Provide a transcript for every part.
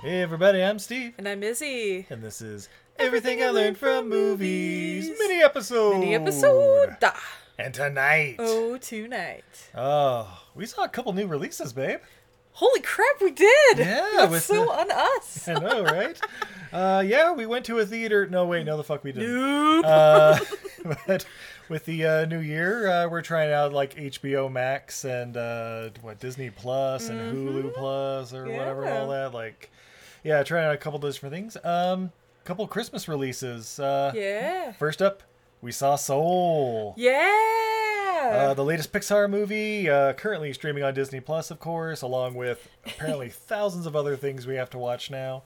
Hey everybody, I'm Steve, And I'm Izzy. and this is Everything I Learned from Movies mini episode. The episode. And tonight, oh. Oh, tonight. we saw a couple new releases, babe. Holy crap, we did! Yeah, with That's so the- on us. I know, right? uh, yeah, we went to a theater. No, wait, no, the fuck we didn't. Nope. Uh, but with the uh, new year, uh, we're trying out like HBO Max and uh, what Disney Plus and Hulu Plus or whatever and all Yeah. that. Like, yeah, trying out a couple different things. Um, couple Christmas releases. Uh, yeah. First up, we saw Soul. Uh, Yeah. the latest Pixar movie, uh, currently streaming on Disney Plus, of course, along with apparently thousands of other things we have to watch now.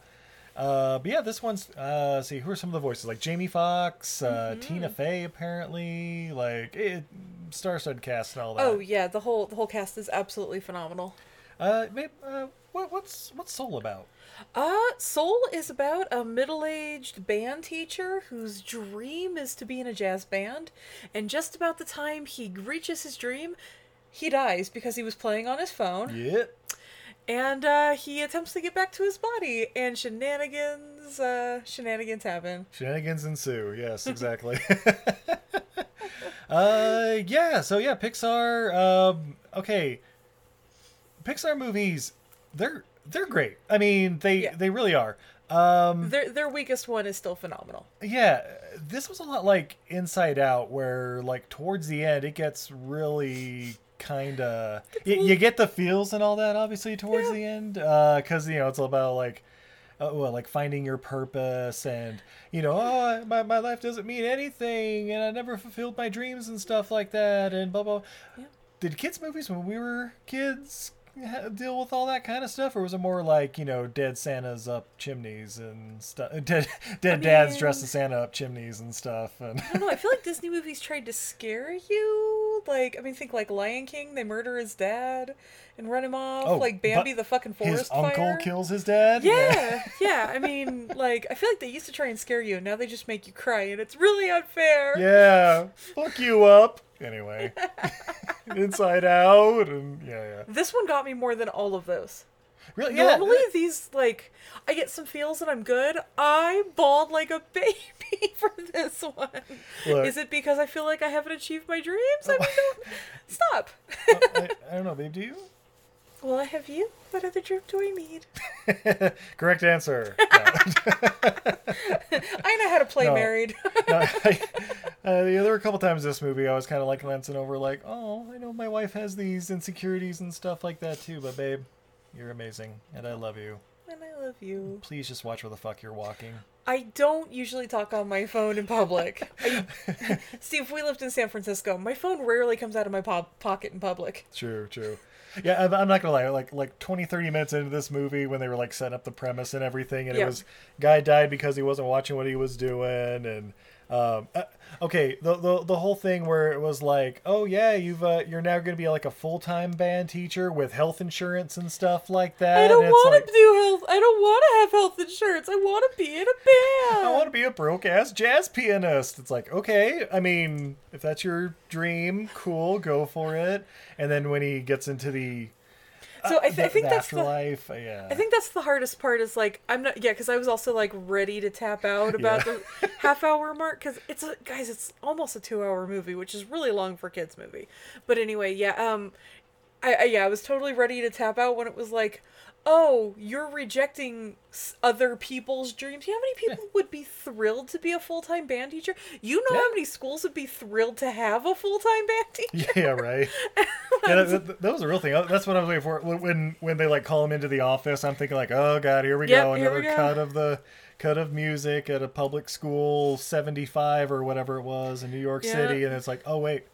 Uh, but yeah, this one's. Uh, see, who are some of the voices? Like Jamie Foxx, uh, Tina Fey, apparently, like it, star-studded cast and all that. oh yeah, the whole the whole cast is absolutely phenomenal. Uh, maybe, uh, what, what's what's Soul about? Uh, Soul is about a middle aged band teacher whose dream is to be in a jazz band, and just about the time he reaches his dream, he dies because he was playing on his phone. Yeah. And uh, he attempts to get back to his body, and shenanigans, uh, shenanigans happen. Shenanigans ensue. Yes, exactly. uh, yeah. So yeah, Pixar. Um, okay, Pixar movies. They're they're great. I mean, they Yeah. they really are. Um, Their their weakest one is still phenomenal. yeah. This was a lot like Inside Out, where like towards the end it gets really kind of you, you get the feels and all that obviously towards Yeah. the end because you know it's all about like uh, well, like finding your purpose and you know oh my, my life doesn't mean anything and i never fulfilled my dreams and stuff like that and blah blah Yeah. did kids movies when we were kids ha- deal with all that kind of stuff or was it more like you know dead santas up chimneys and stuff dead, dead dads dressed as santa up chimneys and stuff and I don't know. I feel like Disney movies tried to scare you. Like, I mean, think like Lion King. They murder his dad and run him off. Oh, like but Bambi, the fucking forest his uncle fire. kills his dad Yeah, yeah. I mean, like, I feel like they used to try and scare you, and now they just make you cry, and it's really unfair. Yeah, fuck you up. Anyway, Inside Out, and yeah, yeah. This one got me more than all of those. Really, yeah. Normally, these like I get some feels and I'm good. I bawled like a baby for this one. Look. Is it because I feel like I haven't achieved my dreams? I mean, don't stop. I, I don't know, babe. Do you? Well, I have you. What other dream do I need? Correct answer. No, I know how to play No. married. no, I- uh, yeah, there were a couple times this movie I was kind of like glancing over, like, oh, I know my wife has these insecurities and stuff like that too, but babe, you're amazing and I love you. and I love you. Please just watch where the fuck you're walking. I don't usually talk on my phone in public. I, see, if we lived in San Francisco, my phone rarely comes out of my po- pocket in public. True, true. Yeah, I'm, I'm not gonna lie. Like like 20, 30 minutes into this movie, when they were like setting up the premise and everything, and it Yeah. was guy died because he wasn't watching what he was doing, and um, uh, okay, the, the the whole thing where it was like, oh yeah, you've uh, you're now gonna be like a full time band teacher with health insurance and stuff like that. I don't and it's want to like, do health. I don't want to have health insurance. I want to be in a band. I want to be a broke ass jazz pianist. It's like, okay, I mean, if that's your dream, cool, go for it. And then when he gets into the, So I, th- I Uh, the- think the that's the afterlife, yeah. I think that's the hardest part is like I'm not yeah because I was also like ready to tap out about Yeah. the half hour mark because it's a, guys it's almost a two hour movie which is really long for a kids movie but anyway yeah um I, I yeah I was totally ready to tap out when it was like oh you're rejecting s- other people's dreams you know how many people would be thrilled to be a full time band teacher you know Yeah. how many schools would be thrilled to have a full time band teacher Yeah, right. yeah, that, that- that was a real thing. Uh, That's what I was waiting for. When- When when they like call him into the office, I'm thinking like, oh god, here we Yep, go, here we another go. cut of the cut of music at a public school, 75 or whatever it was in New York Yeah. City, and it's like, oh wait,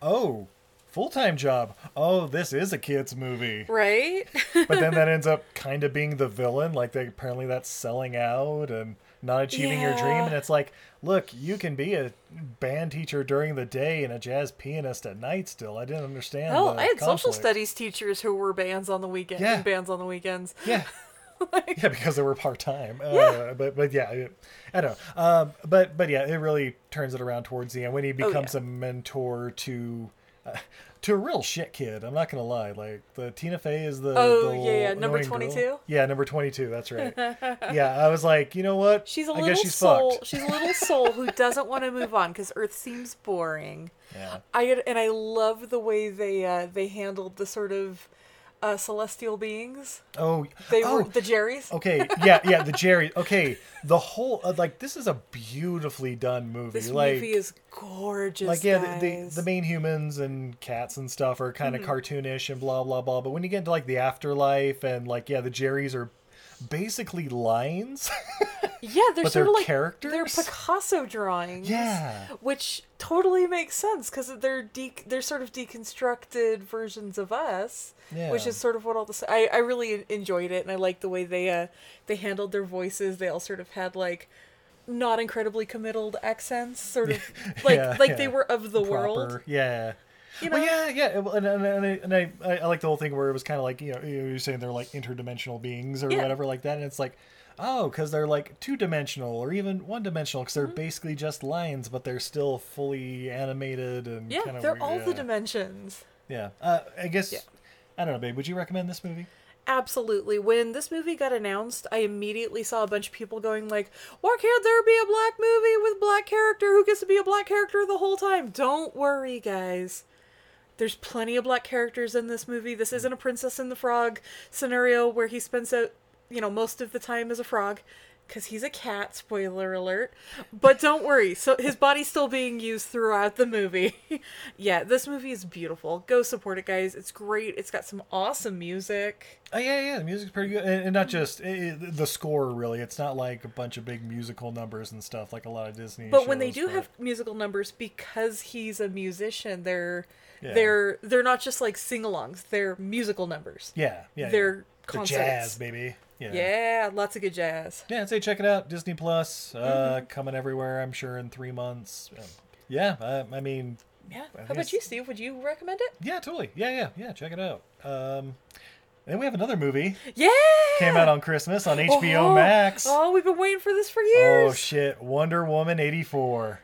oh, full time job. Oh, this is a kids movie. right But then that ends up kind of being the villain. Like they apparently that's selling out and not achieving your dream. Yeah. And it's like, look, you can be a band teacher during the day and a jazz pianist at night. Still, I didn't understand. Oh, the I had social conflict. studies teachers who were bands on the weekend Yeah. and bands on the weekends. Yeah. like, Yeah, because they were part time. Uh, but but yeah, it, I don't know. Um, but but yeah, it really turns it around towards the end when he becomes Oh, yeah. a mentor to uh, to a real shit kid. I'm not gonna lie. Like the Tina Fey is the Oh, the yeah, yeah, little number annoying girl. 22? Yeah, number twenty two. That's right. yeah, I was like, you know what? she's a I little guess she's soul. fucked. She's a little soul who doesn't want to move on because Earth seems boring. Yeah. I had- and I love the way they uh, they handled the sort of uh, celestial beings. Oh, They oh, were the Jerrys. Okay, yeah, yeah, the Jerry. Okay, the whole uh, like this is a beautifully done movie. This like, movie is gorgeous. like yeah, the, guys. Mm-hmm. the the main humans and cats and stuff are kind of cartoonish and blah blah blah. But when you get into like the afterlife and like yeah, the Jerrys are basically lines. Yeah, they're But sort they're of like They're characters? Picasso drawings. Yeah. which totally makes sense because they're de- they're sort of deconstructed versions of us. which Yeah. is sort of what all this. I I really en- enjoyed it, and I like the way they uh they handled their voices. They all sort of had like not incredibly committal accents, sort of like Yeah, like yeah. they were of the world. Proper, Yeah. You Well, know? yeah, yeah, and, and, and, and, I, and I, I, I like the whole thing where it was kind of like you know you were saying they're like interdimensional beings or Yeah. whatever like that, and it's like, oh, because they're like two dimensional or even one dimensional because they're Mm-hmm. basically just lines, but they're still fully animated and Yeah, kinda they're weird. all the yeah. dimensions. Yeah, uh, I guess I don't know, babe. Would you recommend this movie? Absolutely. When this movie got announced, I immediately saw a bunch of people going like, "Why can't there be a black movie with black character who gets to be a black character the whole time?" Don't worry, guys. There's plenty of black characters in this movie. This isn't a Princess and the Frog scenario where he spends a, you know, most of the time as a frog cuz he's a cat, spoiler alert. But don't worry. So his body's still being used throughout the movie. yeah, this movie is beautiful. Go support it, guys. It's great. It's got some awesome music. Oh yeah, yeah. The music's pretty good, and, and not just i i the score. Really, it's not like a bunch of big musical numbers and stuff like a lot of Disney. but when they shows, do but- have musical numbers because he's a musician they're Yeah. they're they're not just like sing-alongs they're musical numbers yeah, yeah, yeah. they're They're concerts jazz, baby. yeah lots of good jazz Yeah, I'd say check it out. Disney Plus, Mm-hmm. uh, coming everywhere, I'm sure, in three months. Um, yeah, I, I mean, yeah think how about it's- you steve would you recommend it yeah, totally. Yeah, yeah, yeah, check it out. Um, then we have another movie. yeah Came out on Christmas on HBO Oh, Max. oh we've been waiting for this for Oh, years shit. Wonder Woman 84.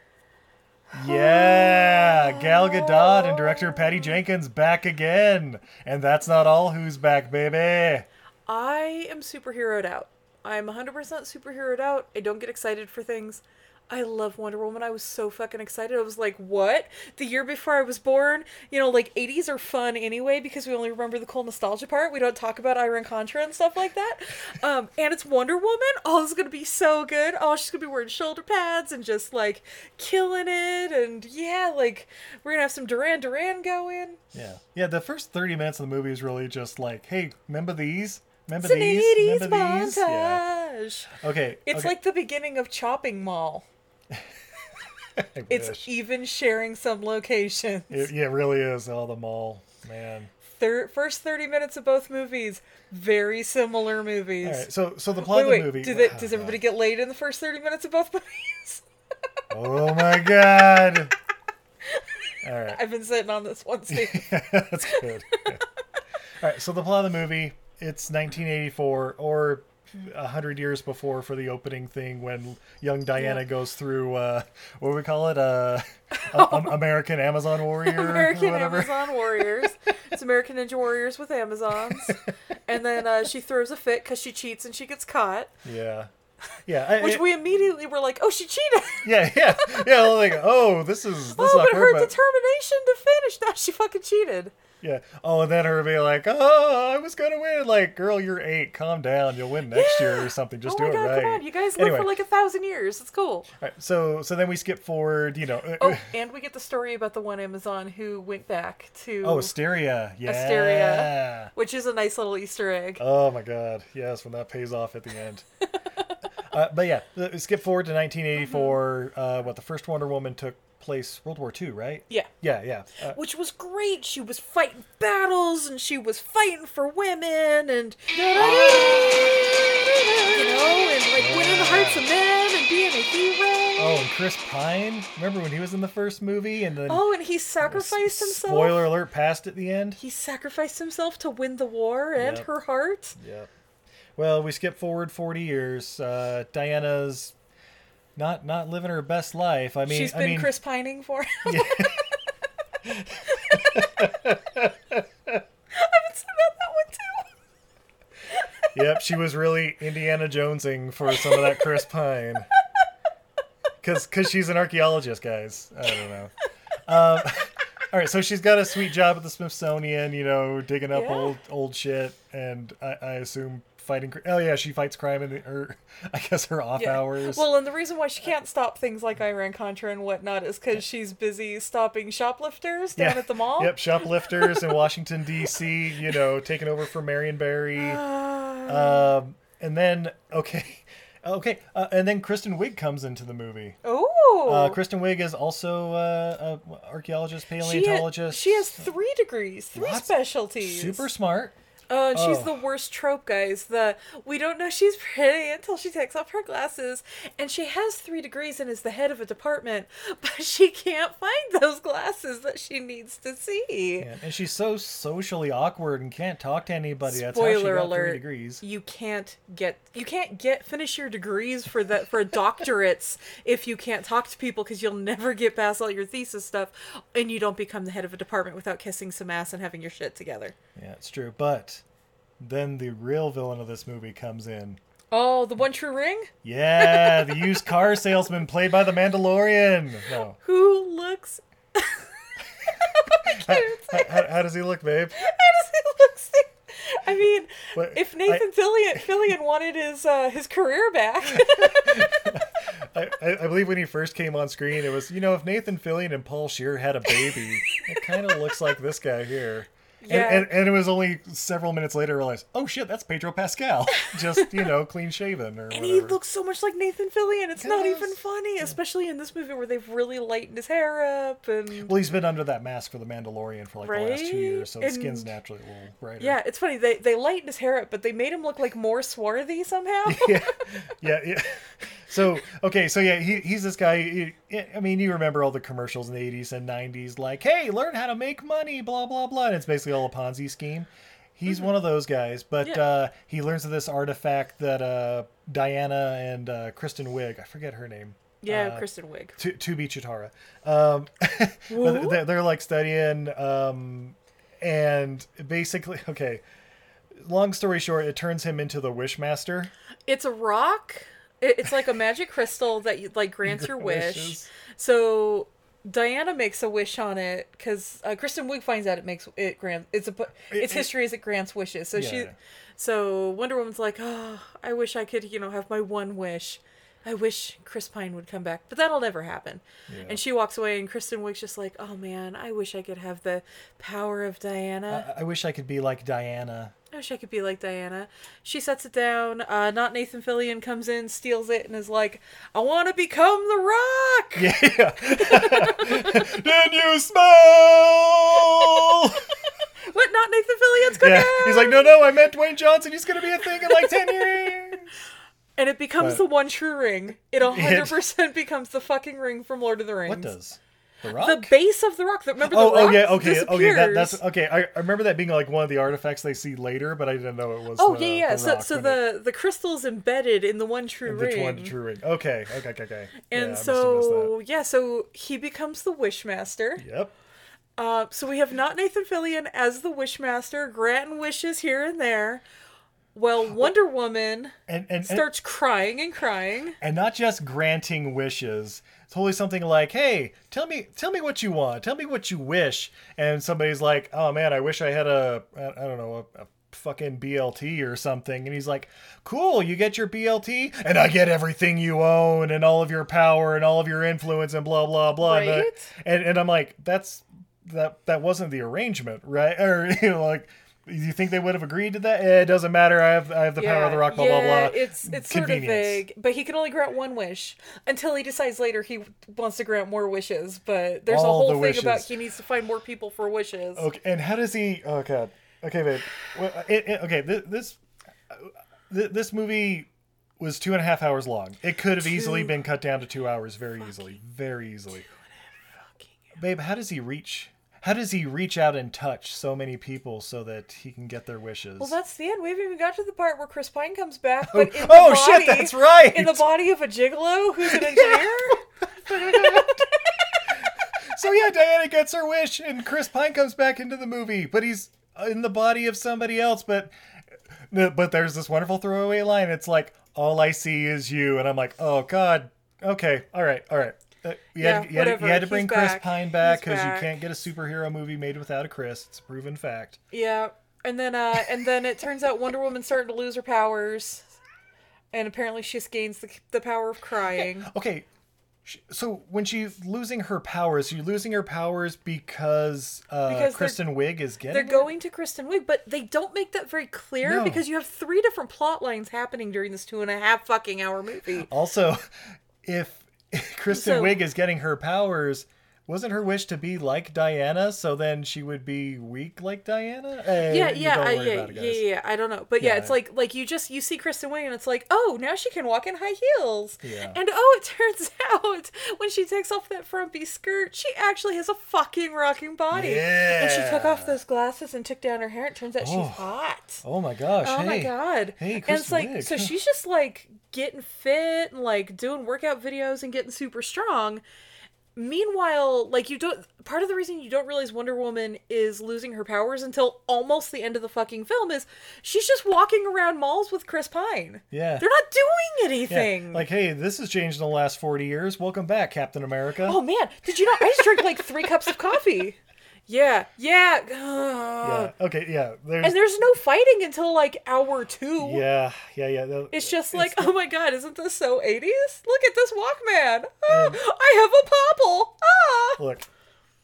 Yeah, Gal Gadot and director Patty Jenkins back again. And that's not all who's back, baby. i am superheroed out i'm 100% superheroed out i don't get excited for things I love Wonder Woman. I was so fucking excited. I was like, what? The year before I was born? You know, like 80s are fun anyway because we only remember the cool nostalgia part. We don't talk about Iron Contra and stuff like that. Um, and it's Wonder Woman. Oh, this is going to be so good. Oh, she's going to be wearing shoulder pads and just like killing it. And yeah, like we're going to have some Duran Duran going. Yeah. Yeah, the first 30 minutes of the movie is really just like, hey, remember these? Remember It's an these? 80s Remember these? montage. Yeah. Okay. It's okay. like the beginning of Chopping Mall. I It's wish. even sharing some locations. It, yeah, it really is. Oh, the mall, man. Thir- first 30 minutes of both movies, very similar movies. All right. So, so the plot wait, of wait. the movie. Do they, does everybody get laid in the first 30 minutes of both movies? Oh my god. All right. I've been sitting on this one scene. That's good. Yeah. All right. So the plot of the movie. It's 1984, or a hundred years before for the opening thing when young Diana Yeah. goes through uh, what do we call it? Uh, a- um, American Amazon Warrior. or American whatever. Amazon Warriors. It's American Ninja Warriors with Amazons. and then uh, she throws a fit because she cheats and she gets caught, Yeah. Yeah. I- which I- we immediately were like, oh, she cheated. yeah. Yeah. Yeah. Like, oh, this is this oh, is but her awkward, but- determination to finish. No, she fucking cheated. Yeah. Oh, and then her be like, "Oh, I was gonna win." Like, girl, you're eight. Calm down. You'll win next year or something. Just do oh my it god, right. come on. You guys live Anyway, for like a thousand years. It's cool. all right, so so then we skip forward. You know. uh, Oh, uh, and we get the story about the one Amazon who went back to oh, Asteria. Yeah. Asteria. which is a nice little Easter egg. Oh my God! Yes, when that pays off at the end. uh, but yeah, uh, skip forward to 1984. Uh, what the first Wonder Woman took place World War II, right? Mm-hmm. yeah. Yeah, yeah. Uh, Which was great. She was fighting battles and she was fighting for women and you know, and like winning the hearts of men and being a hero. oh, and Chris Pine. Remember when he was in the first movie, and then Oh, and he sacrificed himself. spoiler alert, passed at the end. He sacrificed himself to win the war and Yep. her heart. Yeah. Well, we skip forward 40 years. Uh, Diana's not not living her best life. I mean, She's been I mean, Chris Pining for him. I haven't said that that one too. yep, she was really Indiana Jonesing for some of that Chris Pine. Because cause she's an archaeologist, guys. I don't know. Um, all right, so she's got a sweet job at the Smithsonian, you know, digging up Yeah. old old shit, and I, I assume fighting. cr- Oh yeah, she fights crime in the, her, I guess her off Yeah. hours. Well, and the reason why she can't stop things like Iran Contra and whatnot is because she's busy stopping shoplifters down Yeah. at the mall. Yep, shoplifters in Washington D.C. You know, taking over for Marion Barry. Uh, um, and then okay, okay, uh, and then Kristen Wiig comes into the movie. Oh, Uh, Kristen Wiig is also uh, an archaeologist, she paleontologist. has, she has three degrees, three Lots- specialties. super smart. Oh, and she's Oh. the worst trope, guys. The we don't know she's pretty until she takes off her glasses, and she has three degrees and is the head of a department, but she can't find those glasses that she needs to see. And and she's so socially awkward and can't talk to anybody. That's how she Spoiler got alert: three degrees. You can't get you can't get finish your degrees for that for doctorates if you can't talk to people because you'll never get past all your thesis stuff, and you don't become the head of a department without kissing some ass and having your shit together. Yeah, it's true. But then the real villain of this movie comes in. Oh, the one true ring. Yeah, the used car salesman played by the Mandalorian. No. Who looks How, how- how does he look, babe? Honestly, it looks like- I mean, But if I- Nathan Fillion, Fillion wanted his uh, his career back, I, I I believe when he first came on screen, it was you know if Nathan Fillion and Paul Shear had a baby, it kind of looks like this guy here. Yeah. And, and, and it was only several minutes later I realized, oh shit, that's Pedro Pascal, just you know clean shaven or and whatever. he looks so much like Nathan Fillion, it's not Yes. even funny, especially in this movie where they've really lightened his hair up and. well, he's been under that mask for the Mandalorian for like the last two Right? years, so his skin's And- naturally a little brighter. Yeah, it's funny. They they lightened his hair up, but they made him look like more swarthy somehow. yeah, yeah, yeah. So okay, so yeah, he, he's this guy. he- I mean, you remember all the commercials in the '80s and '90s, like, "Hey, learn how to make money," blah blah blah, and it's basically all a Ponzi scheme. He's one of those guys, but Yeah. uh, he learns of this artifact that uh, Diana and uh, Kristen Wiig, I forget her name, yeah, Kristen Wiig. to, to be Chitara. Um, but they're, they're like studying, um, and basically, okay. Long story short, it turns him into the Wishmaster. It's a rock. It- It's like a magic crystal that you, like grants your wish. Wishes. So Diana makes a wish on it because uh, Kristen Wiig finds out it makes it grant it's a bu- it- its history is it grants wishes. So she, Yeah. so Wonder Woman's like, oh, I wish I could you know have my one wish. I wish Chris Pine would come back, but that'll never happen. Yeah. And she walks away, and Kristen Wiig's just like, oh man, I wish I could have the power of Diana. I wish I could be like Diana. I wish I could be like Diana. She sets it down. Uh, not Nathan Fillion comes in, steals it, and is like, I want to become the Rock. Yeah. Did you smell? But not Nathan Fillion's gonna. yeah. He's like, no, no, I meant Dwayne Johnson. He's gonna be a thing in like ten years. and it becomes But- the one true ring. It 100% becomes the fucking ring from Lord of the Rings. What does the rock? The base of the rock. the- Remember the oh, rock oh yeah, okay, disappears. okay. That, that's okay. I, I remember that being like one of the artifacts they see later, but I didn't know it was. Oh the, yeah, yeah. The so, rock so when the the crystal's embedded in the one true it- ring. the one true ring. Okay, okay, okay, okay. And yeah, so yeah, so he becomes the Wishmaster. I must have missed that. yep. Uh, so we have not Nathan Fillion as the Wishmaster, granting wishes here and there. Well, Wonder Woman And and, and starts crying and crying. and not just granting wishes totally something like hey tell me tell me what you want tell me what you wish and somebody's like oh man i wish i had a i I don't know a, a fucking blt or something and he's like cool you get your blt and i get everything you own and all of your power and all of your influence and blah blah blah And I- Right? and, and i'm like that's that that wasn't the arrangement right or you know like you think they would have agreed to that? Eh, It doesn't matter. I have I have the power of the rock. Blah yeah, blah blah. It's it's sort of Convenience. vague, but he can only grant one wish until he decides later he wants to grant more wishes. But there's All a the whole thing about wishes. he needs to find more people for wishes. Okay, and how does he? Oh god. Okay, babe. Well, uh, it, it, okay, this this, uh, thi- this movie was two and a half hours long. It could have easily Two been cut down to two hours, very easily, very easily. Babe, how does he reach? how does he reach out and touch so many people so that he can get their wishes? Well, that's the end. We haven't even got to the part where Chris Pine comes back, but in the oh, shit, body, that's right. in the body of a gigolo who's an engineer. so yeah, Diana gets her wish, and Chris Pine comes back into the movie, but he's in the body of somebody else. But but there's this wonderful throwaway line. It's like all I see is you, and I'm like, oh god, okay, all right, all right. Uh, you, Yeah, had, you, had, you whatever, had to he's bring Chris back. Pine back He's because you back. can't get a superhero movie made without a Chris. It's a proven fact. yeah, and then uh, and then it turns out Wonder Woman's starting to lose her powers, and apparently she just gains the the power of crying. Okay, sh- so when she's losing her powers, she's losing her powers because, uh, Because they're- Kristen Wiig is getting They're it? going to Kristen Wiig, but they don't make that very clear No. because you have three different plot lines happening during this two and a half fucking hour movie. Also, if Kristen So- Wiig is getting her powers, wasn't her wish to be like Diana? So then she would be weak like Diana. Eh, yeah, you yeah, don't I, worry yeah, about it, yeah, guys. yeah. I don't know, but yeah, Yeah. it's like like you just you see Kristen Wiig and it's like, oh, now she can walk in high heels. Yeah. And oh, it turns out when she takes off that frumpy skirt, she actually has a fucking rocking body. And she took off Yeah. those glasses and took down her hair. It turns out Oh. she's hot. Oh my gosh! Oh hey. my god! Hey, and it's Kristen like Wiig. so she's just like getting fit and like doing workout videos and getting super strong. Meanwhile, like you don't part of the reason you don't realize Wonder Woman is losing her powers until almost the end of the fucking film is she's just walking around malls with Chris Pine. Yeah. They're not doing Yeah, anything. Like, hey, this has changed in the last forty years. Welcome back, Captain America. oh man, did you know I just drank like three cups of coffee? Yeah, yeah. ugh. yeah. Okay. Yeah. There's. uh, And there's no fighting until like hour two. yeah. Yeah. Yeah. that- It's just like, oh my god, isn't this so 80s? Look at this Walkman. Oh, I have a popple. Ah. look,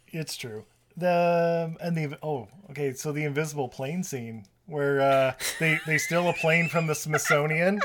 it's true. The and the oh okay, so the invisible plane scene where uh, they they steal a plane from the Smithsonian,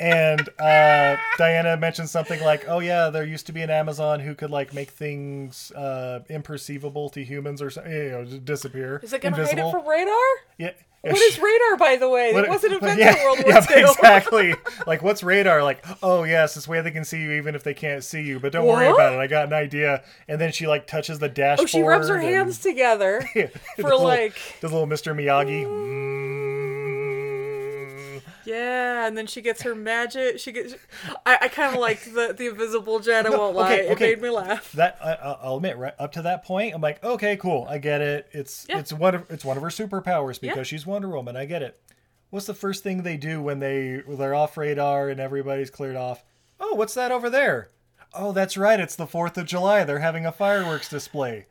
and uh, Diana mentions something like, "Oh yeah, there used to be an Amazon who could like make things uh, imperceivable to humans or something, you know, just disappear." Is it going to hide it invisible? from radar? yeah. What is radar, by the way? What- it wasn't but invented yeah, in World War yeah, II. exactly. like, what's radar? Like, oh yes, this way they can see you even if they can't see you. But don't worry What? about it. I got an idea. And then she like touches the dashboard. Oh, she rubs her and- hands together Yeah, the for little- like, the little Mr. Miyagi. Mm. yeah, and then she gets her magic. She gets. I, I kind of liked the the invisible jet. I won't lie, okay, it okay. made me laugh. That I, I- I'll admit, right up to that point, I'm like, okay, cool, I get it. It's Yeah. it's one of it's one of her superpowers because Yeah. she's Wonder Woman. I get it. What's the first thing they do when they when they're off radar and everybody's cleared off? Oh, what's that over there? Oh, that's right, it's the Fourth of July. They're having a fireworks display.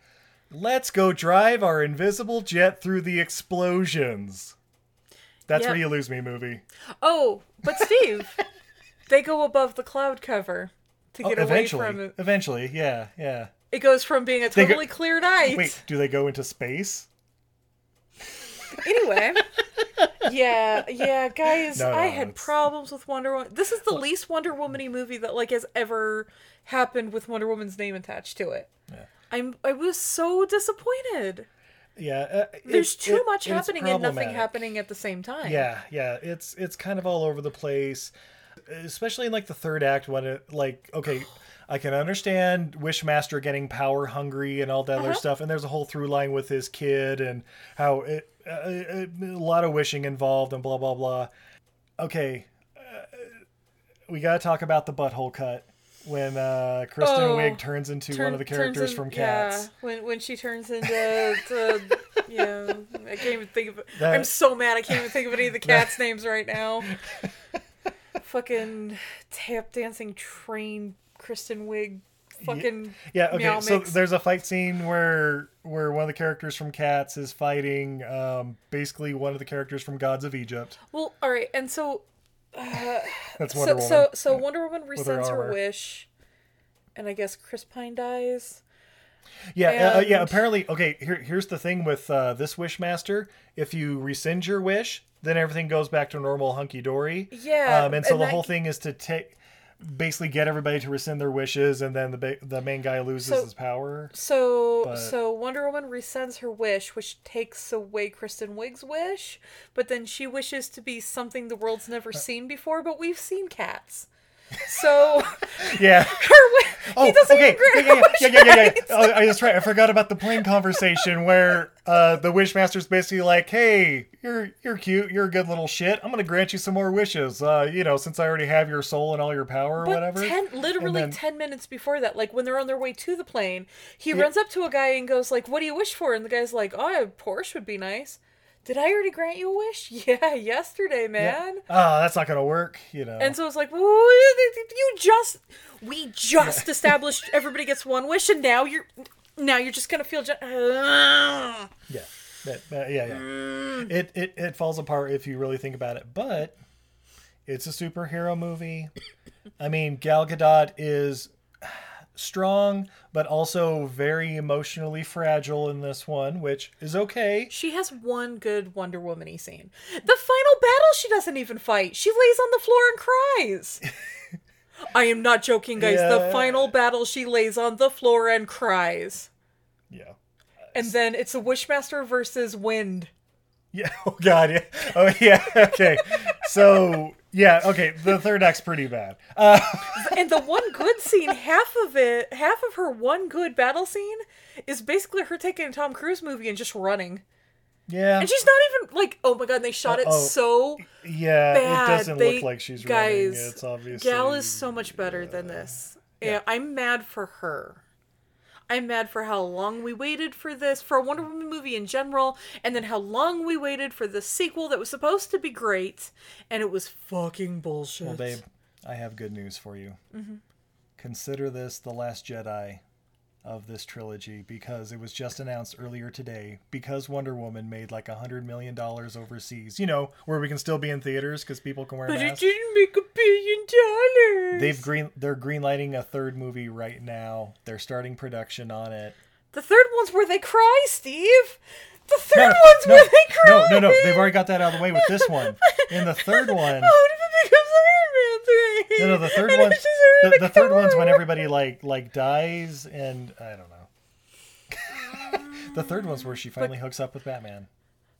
Let's go drive our invisible jet through the explosions. That's Yep. where you lose me, movie. Oh, but Steve, they go above the cloud cover to Oh, get away eventually, from it. eventually, yeah, yeah. It goes from being a They go- totally clear night. Wait, do they go into space? anyway yeah yeah guys No, no, i had it's- problems with wonder woman this is the least wonder woman-y movie that like has ever happened with wonder woman's name attached to it i'm i was so disappointed Yeah, uh, there's it's- too it- much it's happening and nothing problematic. happening at the same time Yeah, yeah, it's it's kind of all over the place, especially in like the third act when it like okay, I can understand Wishmaster getting power hungry and all that Uh-huh. other stuff, and there's a whole through line with his kid and how it, uh, uh a lot of wishing involved and blah blah blah. Okay, uh, we got to talk about the butthole cut when uh, Kristen Oh, Wiig turns into Turn- one of the turns characters in- from Cats. yeah, when when she turns into to, yeah i can't even think of it That- i'm so mad i can't even think of any of the cats names right now fucking tap dancing train kristen wig fucking Yeah, okay. meow so mix. there's a fight scene where where one of the characters from Cats is fighting um, basically one of the characters from Gods of Egypt. well all right and so That's so, Wonder Woman. so so wonder woman her resends her armor. wish and i guess chris pine dies yeah, uh, uh, yeah. and- Apparently, okay. Here, here's the thing with uh, this Wishmaster: if you rescind your wish, then everything goes back to normal hunky dory. Yeah, Um, and so and the that- whole thing is to take, basically, get everybody to rescind their wishes, and then the ba- the main guy loses So- his power. So so Wonder Woman resends her wish, which takes away Kristen Wiig's wish, Uh, but then she wishes to be something the world's never seen before, but we've seen cats. So Yeah. her win- he doesn't Oh, okay. even grant yeah, her yeah, yeah, yeah, yeah, yeah, yeah. Oh, I- that's right. I forgot about the plane conversation where uh, the wishmaster's basically like, "Hey, you're you're cute. You're a good little shit. I'm gonna grant you some more wishes. Uh, you know, since I already have your soul and all your power or But whatever." ten, literally then- ten minutes before that, like when they're on their way to the plane, he runs up to a guy and goes like, "What do you wish for?" And the guy's like, "Oh, a Porsche would be nice." Did I already grant you a wish? Yeah, yesterday, man. Ah, that's not gonna work. You know. And so it's like, "Whoa, you just, we just established everybody gets one wish, and now you're, now you're just gonna feel, ju- Ugh. yeah. That, that- yeah. Yeah. Mm. It, it it falls apart if you really think about it, but it's a superhero movie. I mean, Gal Gadot is strong, but also very emotionally fragile in this one, which is okay. She has one good Wonder Woman-y scene. The final battle, she doesn't even fight. She lays on the floor and cries. I am not joking, guys. The Yeah. final battle, she lays on the floor and cries. Yeah. And then it's a Wishmaster versus Wind. Yeah. Oh God. Yeah. Oh yeah. Okay. So yeah. Okay. The third act's pretty bad. Uh, And the one good scene, half of it, half of her one good battle scene is basically her taking a Tom Cruise movie and just running. yeah. And she's not even like, oh my god, they shot it Uh-oh. so Yeah. bad. It doesn't They- look like she's running. guys, It's obviously. Gal is so much better than this. Yeah. I'm mad for her. I'm mad for how long we waited for this, for a Wonder Woman movie in general, and then how long we waited for the sequel that was supposed to be great, and it was fucking bullshit. Well, babe, I have good news for you. Mm-hmm. Consider this the last Jedi of this trilogy because it was just announced earlier today because Wonder Woman made like a hundred million dollars overseas. You know where we can still be in theaters because people can wear but it masks. didn't make a billion dollars. They've green. They're greenlighting a third movie right now. They're starting production on it. the third one's where they cry, Steve. The third no, one's no, where they cry. no, no, no. They've already got that out of the way with this one. In the third one, Oh, if it becomes no, Iron Man no, three. the third And one, it's just her the, in the third one's car. when everybody like like dies, and I don't know. the third one's where she finally hooks up with Batman.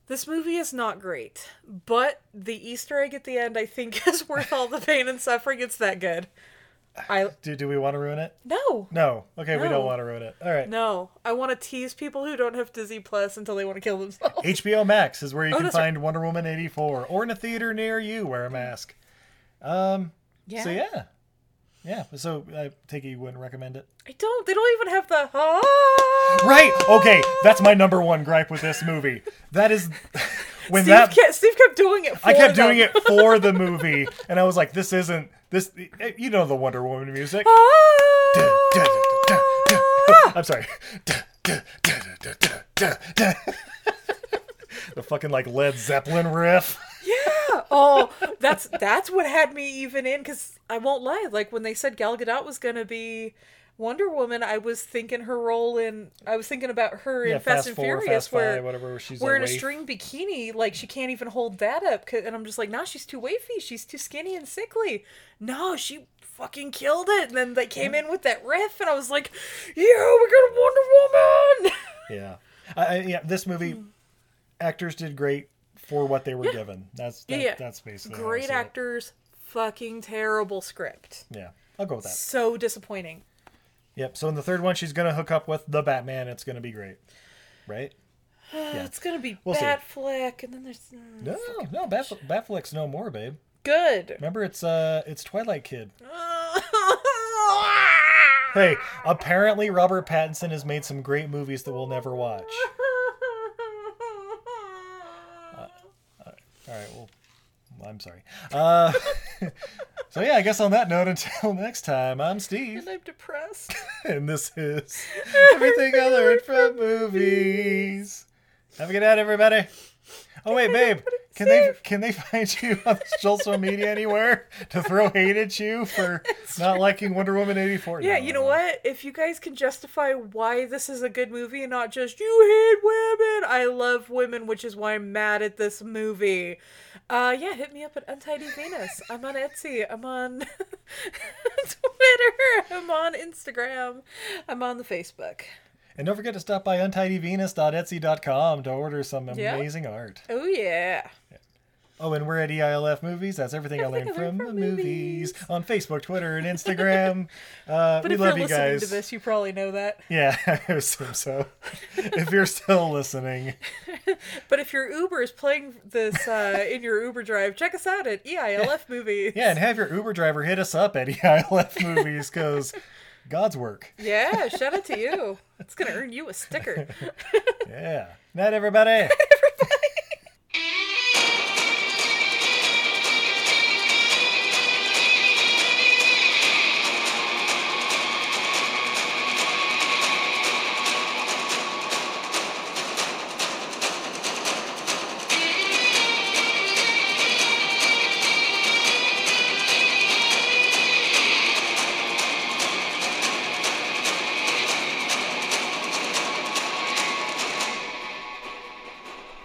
This movie is not great, but the Easter egg at the end, I think, is worth all the pain and suffering. It's that good. I Do do we want to ruin it? no, No. Okay, we No. don't want to ruin it. All right. no. I want to tease people who don't have Disney Plus until they want to kill themselves. HBO Max is where you can Oh, that's right. find Wonder Woman eighty four, or in a theater near you. Wear a mask. Um. So yeah, yeah. So I take it you wouldn't recommend it. I don't. They don't even have the. Ah! Right. Okay, that's my number one gripe with this movie. That is when Steve, that kept, Steve kept doing it. For I kept them. doing it for the movie, and I was like, "This isn't this." You know the Wonder Woman music. Ah! I'm sorry. The fucking like Led Zeppelin riff. Yeah. Oh, that's that's what had me even in because I won't lie. Like when they said Gal Gadot was gonna be Wonder Woman, I was thinking her role in. I was thinking about her in Yeah, Fast, and four, Furious, fast where five, whatever. where She's we're in a waif. string bikini, like she can't even hold that up. 'cause- and I'm just like, nah, she's too wafy. She's too skinny and sickly. No, she fucking killed it. And then they came in with that riff, and I was like, yeah, we got a Wonder Woman. Yeah, I, I- yeah. This movie, actors did great for what they were given. That's that, Yeah, yeah. that's basically how I Great see it. actors, fucking terrible script. Yeah, I'll go with that. So disappointing. Yep. So in the third one, she's gonna hook up with the Batman. It's gonna be great, right? Uh, It's gonna be We'll see. Batfleck, and then there's mm, No, no. Bat, Batfleck's no more, babe. good. Remember, it's uh, it's Twilight Kid. Hey, apparently Robert Pattinson has made some great movies that we'll never watch. All right, well, I'm sorry. Uh, so yeah, I guess on that note, until next time, I'm Steve, and I'm depressed. and this is everything I learned from movies. Have a good night, everybody. Oh wait, babe, can they can they find you on social media anywhere to throw hate at you for not liking Wonder Woman eighty four? Yeah, you know what? If you guys can justify why this is a good movie and not just you hate women, I love women, which is why I'm mad at this movie. Uh, yeah, hit me up at Untidy Venus. I'm on Etsy. I'm on Twitter. I'm on Instagram. I'm on the Facebook. And don't forget to stop by untidyvenus.etsy.com to order some Yeah. amazing art. Oh yeah. Oh, and we're at EILF Movies. That's everything, I learned from, the movies. on Facebook, Twitter, and Instagram. Uh, But we if love you're you listening guys. to this, you probably know that. Yeah, I assume so. if you're still listening, But if your Uber is playing this uh, in your Uber drive, check us out at E EILF Movies. yeah, and have your Uber driver hit us up at E EILF Movies because God's work. Yeah, shout out to you. It's going to earn you a sticker. Yeah. Night, everybody.